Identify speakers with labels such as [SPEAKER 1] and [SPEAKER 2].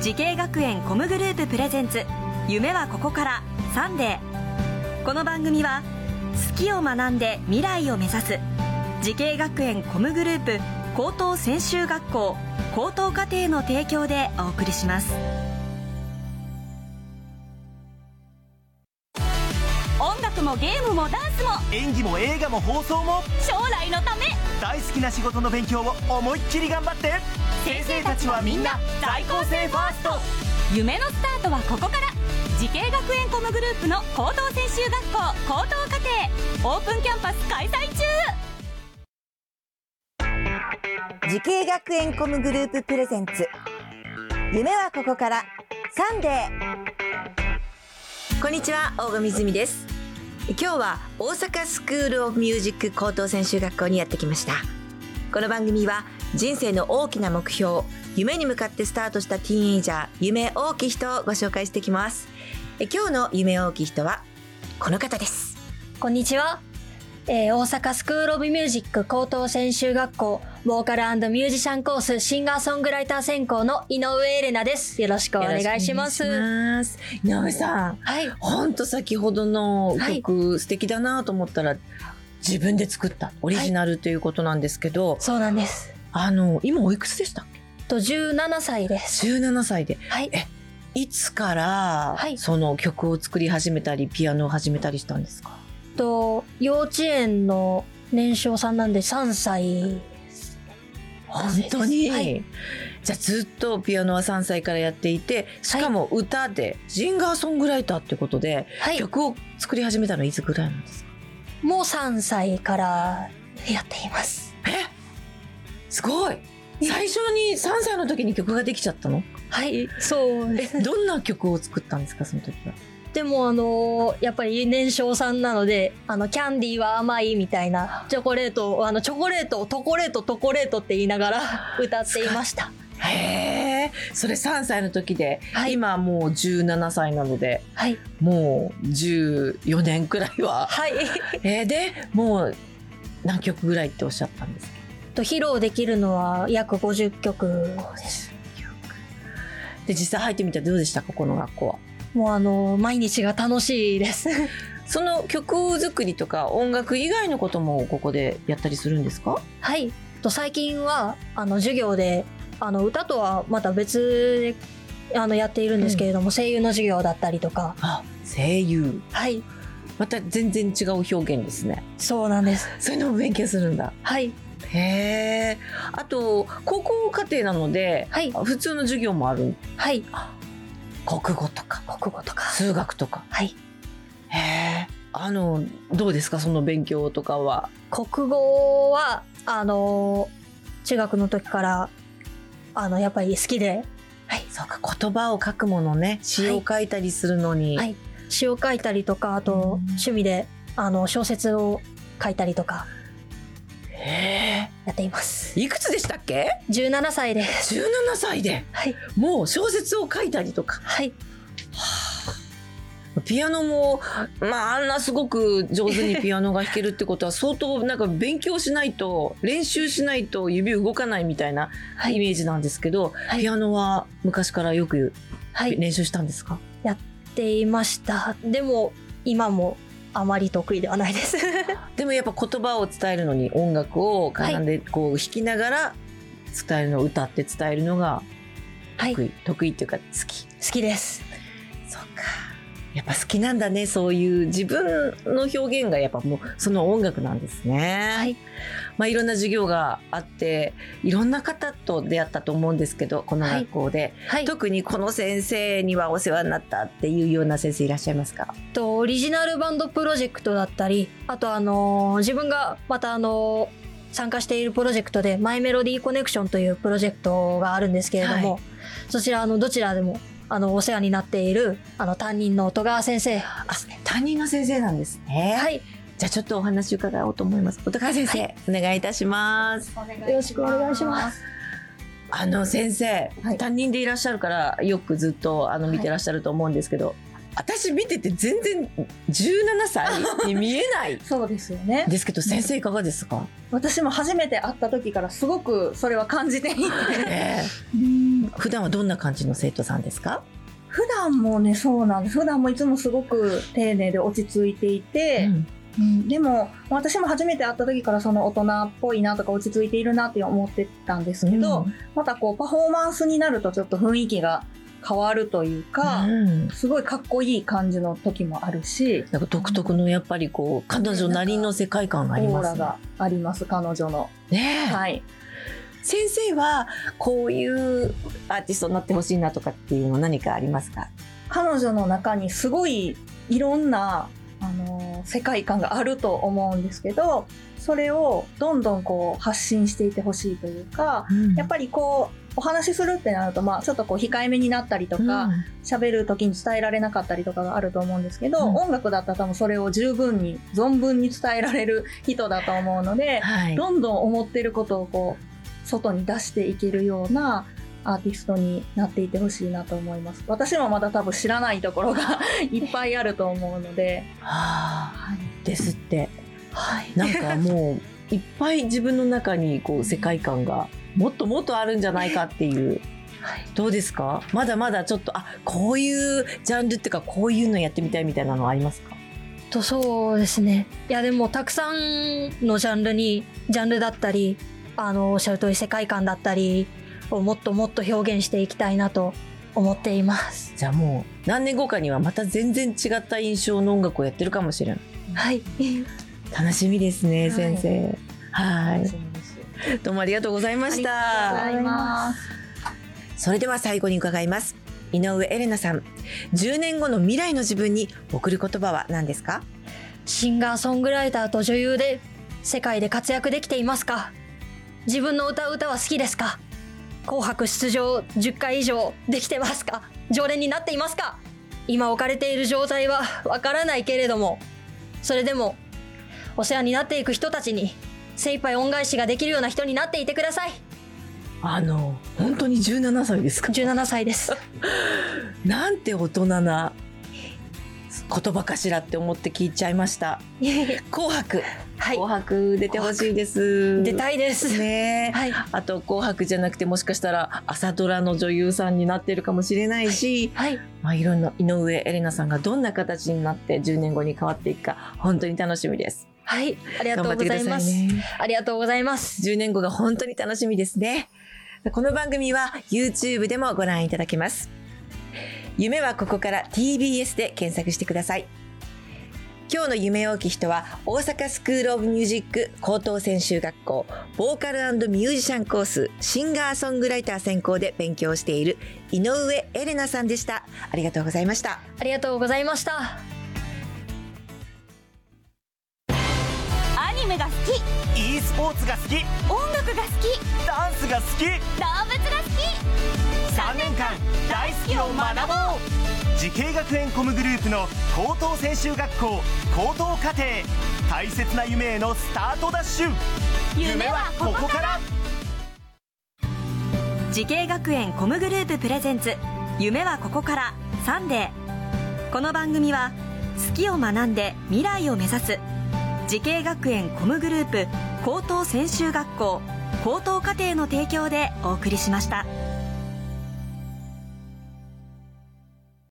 [SPEAKER 1] 慈恵学園コムグループプレゼンツ夢はここからサンデーこの番組は好きを学んで未来を目指す慈恵学園コムグループ高等専修学校高等課程の提供でお送りします
[SPEAKER 2] 音楽もゲームもダンスも
[SPEAKER 3] 演技も映画も放送も
[SPEAKER 2] 将来のため
[SPEAKER 3] 大好きな仕事の勉強を思いっきり頑張って
[SPEAKER 2] 先生たちはみんな
[SPEAKER 3] 在校生ファースト
[SPEAKER 2] 夢のスタートはここから慈恵学園コムグループの高等専修学校高等課程オープンキャンパス開催中
[SPEAKER 4] 時系学園コムグループプレゼンツ夢はここからサンデーこんにちは大上泉です今日は大阪スクールオブミュージック高等専修学校にやってきましたこの番組は人生の大きな目標夢に向かってスタートしたティーンエイジャー夢大きい人をご紹介していきますえ今日の夢大きい人はこの方です
[SPEAKER 5] こんにちは、えー大阪スクールオブミュージック高等専修学校ボーカルミュージシャンコースシンガーソングライター専攻の井上エレナです。よろしくお願いします。
[SPEAKER 4] よろしくお願いします井上さん
[SPEAKER 5] はい。
[SPEAKER 4] ほんと先ほどの曲、素敵だなと思ったら自分で作ったオリジナルということなんですけど、
[SPEAKER 5] そうなんです。
[SPEAKER 4] あの今おいくつでした
[SPEAKER 5] と17歳です。
[SPEAKER 4] 17歳で
[SPEAKER 5] はい。
[SPEAKER 4] いつから、
[SPEAKER 5] はい
[SPEAKER 4] その曲を作り始めたりピアノを始めたりしたんですか
[SPEAKER 5] と幼稚園の年少さんなんで3歳。
[SPEAKER 4] 本当に、
[SPEAKER 5] はい
[SPEAKER 4] じゃあずっとピアノは3歳からやっていてしかも歌でシンガーソングライターってことで、
[SPEAKER 5] はい。
[SPEAKER 4] 曲を作り始めたのはいつぐらいなんですか
[SPEAKER 5] もう3歳からやっています。
[SPEAKER 4] すごい最初に3歳の時に曲ができちゃったの
[SPEAKER 5] はい。そう
[SPEAKER 4] え
[SPEAKER 5] です。
[SPEAKER 4] どんな曲を作ったんですかその時は
[SPEAKER 5] でもあのーやっぱり年少さんなので、あの、キャンディーは甘いみたいな、チョコレートを、あの、チョコレートをトコレート、トコレートって言いなが ら歌っていました。
[SPEAKER 4] へえそれ3歳の時で、
[SPEAKER 5] はい
[SPEAKER 4] 今もう17歳なので
[SPEAKER 5] はい。
[SPEAKER 4] もう14年くらいは
[SPEAKER 5] はい。
[SPEAKER 4] えーでもう何曲ぐらいっておっしゃったんですか
[SPEAKER 5] と、披露できるのは約50曲です。
[SPEAKER 4] で実際入ってみたらどうでしたかこの学校は
[SPEAKER 5] もうあのー毎日が楽しいです。
[SPEAKER 4] その曲作りとか音楽以外のこともここでやったりするんですか
[SPEAKER 5] はい。と、最近は、あの、授業で、あの、歌とはまた別で、あの、やっているんですけれども、声優の授業だったりとか、
[SPEAKER 4] あ声優
[SPEAKER 5] はい。
[SPEAKER 4] また全然違う表現ですね
[SPEAKER 5] そうなんです。
[SPEAKER 4] そういうのも勉強するんだ
[SPEAKER 5] はい。
[SPEAKER 4] へえあと高校課程なので
[SPEAKER 5] はい。
[SPEAKER 4] 普通の授業もある
[SPEAKER 5] はい。
[SPEAKER 4] 国語とか
[SPEAKER 5] 国語とか。
[SPEAKER 4] 数学とか
[SPEAKER 5] はい。
[SPEAKER 4] へえあのどうですかその勉強とかは
[SPEAKER 5] 国語は、あのー中学の時から、あの、やっぱり好きで、
[SPEAKER 4] そうか言葉を書くものね詩を書いたりするのに、
[SPEAKER 5] はい詩を書いたりとか、あ
[SPEAKER 4] うん
[SPEAKER 5] と、趣味で、あの、小説を書いたりとか、
[SPEAKER 4] へ
[SPEAKER 5] やっています。
[SPEAKER 4] えいくつでしたっけ
[SPEAKER 5] 17歳で、
[SPEAKER 4] 17歳で
[SPEAKER 5] はい。
[SPEAKER 4] もう小説を書いたりとか
[SPEAKER 5] はい。
[SPEAKER 4] ピアノもまああんなすごく上手にピアノが弾けるっ てことは相当なんか勉強しないと練習しないと指動かないみたいな
[SPEAKER 5] は
[SPEAKER 4] イ
[SPEAKER 5] い。
[SPEAKER 4] メージなんですけど、
[SPEAKER 5] い
[SPEAKER 4] ピアノは昔からよく
[SPEAKER 5] はい。や
[SPEAKER 4] 練習したんですか、
[SPEAKER 5] っていました。でも、今も、あまり得意ではないです。
[SPEAKER 4] でもやっぱ言葉を伝えるのに音楽を絡んでこう弾きながら伝えるの歌って伝えるのが
[SPEAKER 5] はい。
[SPEAKER 4] 得
[SPEAKER 5] 好
[SPEAKER 4] 意、得意っていうか好き
[SPEAKER 5] きです。
[SPEAKER 4] そうかやっぱ好きなんだねそういう自分の表現がやっぱもうその音楽なんですね、
[SPEAKER 5] はい、
[SPEAKER 4] まあいろんな授業があっていろんな方と出会ったと思うんですけどこの学校で、
[SPEAKER 5] はい。
[SPEAKER 4] 特にこの先生にはお世話になったっていうような先生いらっしゃいますか
[SPEAKER 5] とオリジナルバンドプロジェクトだったりあとあのー自分がまたあのー参加しているプロジェクトでマイメロディーコネクションというプロジェクトがあるんですけれども、
[SPEAKER 4] は
[SPEAKER 5] そちらあのどちらでもあのお世話になっているあの担任の戸川先生
[SPEAKER 4] あ担任の先生なんですね
[SPEAKER 5] はい
[SPEAKER 4] じゃあちょっとお話伺おうと思います小高先生、お願いいたします
[SPEAKER 5] よろしくお願いします
[SPEAKER 4] あの先生、
[SPEAKER 5] はい
[SPEAKER 4] 担任でいらっしゃるからよくずっとあの見てらっしゃると思うんですけど、私見てて全然17歳に見えない
[SPEAKER 6] そうですよね。
[SPEAKER 4] ですけど先生いかがです か、
[SPEAKER 6] 私も初めて会った時からすごくそれは感じていて、
[SPEAKER 4] ええ
[SPEAKER 6] うん
[SPEAKER 4] 普段はどんな感じの生徒さんですか、
[SPEAKER 6] 普段もね、そうなんです。普段もいつもすごく丁寧で落ち着いていて、
[SPEAKER 4] うん
[SPEAKER 6] うんでも、私も初めて会った時からその大人っぽいなとか落ち着いているなって思ってたんですけ
[SPEAKER 4] う
[SPEAKER 6] ど、
[SPEAKER 4] ん
[SPEAKER 6] またこうパフォーマンスになるとちょっと雰囲気が変わるというか、
[SPEAKER 4] うん
[SPEAKER 6] すごいかっこいい感じの時もあるし、
[SPEAKER 4] なんか独特のやっぱりこう彼女なりの世界観があり
[SPEAKER 6] オー
[SPEAKER 4] ます
[SPEAKER 6] ラ
[SPEAKER 4] ね
[SPEAKER 6] があります、彼女の。
[SPEAKER 4] ねえ
[SPEAKER 6] はい。
[SPEAKER 4] 先生はこういうアーティストになってほしいなとかっていうの何かありますか
[SPEAKER 6] 彼女の中にすごいいろんな、あのー世界観があると思うんですけど、それをどんどんこう発信していってほしいというか、やっぱりこう、お話しするってなると、まあ、ちょっとこう、控えめになったりとか、喋る時に伝えられなかったりとかがあると思うんですけど、
[SPEAKER 4] うん
[SPEAKER 6] 音楽だったら多分それを十分に存分に伝えられる人だと思うので、
[SPEAKER 4] はい、
[SPEAKER 6] どんどん思ってることをこう外に出していけるようなアーティストになっていてほしいなと思います私もまだ多分知らないところが いっぱいあると思うので、
[SPEAKER 4] はあ
[SPEAKER 6] はい
[SPEAKER 4] ですって
[SPEAKER 6] はい、
[SPEAKER 4] なんかもういっぱい自分の中にこう世界観がもっともっとあるんじゃないかっていう、どうですかまだまだちょっとあこういうジャンルっていうかこういうのやってみたいみたいなのありますか
[SPEAKER 5] とそうですねいやでもたくさんのジャンルにジャンルだったりあのおっしゃる通り世界観だったりをもっともっと表現していきたいなと思っています
[SPEAKER 4] じゃあもう何年後かにはまた全然違った印象の音楽をやってるかもしれない
[SPEAKER 5] はい
[SPEAKER 4] 楽しみですね、
[SPEAKER 6] はい
[SPEAKER 4] 先生は
[SPEAKER 6] 楽
[SPEAKER 4] い
[SPEAKER 6] しみです
[SPEAKER 4] どうもありがとうございまし
[SPEAKER 6] ありがとう
[SPEAKER 4] た
[SPEAKER 6] ございます
[SPEAKER 4] それでは最後に伺います井上エレナさん10年後の未来の自分に送る言葉は何ですか
[SPEAKER 5] シンガーソングライターと女優で世界で活躍できていますか自分の歌う歌は好きですか紅白出場10回以上できてますか常連になっていますか今置かれている状態はわからないけれどもそれでもお世話になっていく人たちに精一杯恩返しができるような人になっていてください
[SPEAKER 4] あの本当に17歳ですか
[SPEAKER 5] 17歳です
[SPEAKER 4] なんて大人な言葉かしらって思って聞いちゃいました紅白、
[SPEAKER 5] はい
[SPEAKER 4] 紅白出てほしいです
[SPEAKER 5] 出たいです、
[SPEAKER 4] ね
[SPEAKER 5] はい
[SPEAKER 4] あと紅白じゃなくてもしかしたら朝ドラの女優さんになってるかもしれないし、
[SPEAKER 5] はい
[SPEAKER 4] まあ、いろんな井上エレナさんがどんな形になって10年後に変わっていくか本当に楽しみです。
[SPEAKER 5] はいありが
[SPEAKER 4] 頑
[SPEAKER 5] と
[SPEAKER 4] 張
[SPEAKER 5] う
[SPEAKER 4] っ
[SPEAKER 5] ご
[SPEAKER 4] てく
[SPEAKER 5] ざ
[SPEAKER 4] だ
[SPEAKER 5] い
[SPEAKER 4] さ
[SPEAKER 5] ま
[SPEAKER 4] い
[SPEAKER 5] す、
[SPEAKER 4] ね。
[SPEAKER 5] ありがとうございます
[SPEAKER 4] 10年後が本当に楽しみですね。この番組は YouTube でもご覧いただけます。夢はここから TBS で検索してください。今日の夢大きい人は大阪スクールオブミュージック高等専修学校ボーカルミュージシャンコースシンガーソングライター専攻で勉強している井上エレナさんでした。ありがとうございました。
[SPEAKER 5] ありがとうございました
[SPEAKER 2] アニメが好き
[SPEAKER 3] e スポーツが好き
[SPEAKER 2] 音楽が好き
[SPEAKER 3] ダンスが好き
[SPEAKER 2] 動物が好き
[SPEAKER 3] 3年間大好きを学ぼう慈恵学園コムグループの高等専修学校高等課程大切な夢へのスタートダッシュ
[SPEAKER 2] 夢はここから
[SPEAKER 3] ら
[SPEAKER 1] 時系学園コムグループプレゼンツ夢はここからサンデーこの番組は好きを学んで未来を目指す時系学園コムグループ高等専修学校高等課程の提供でお送りしました。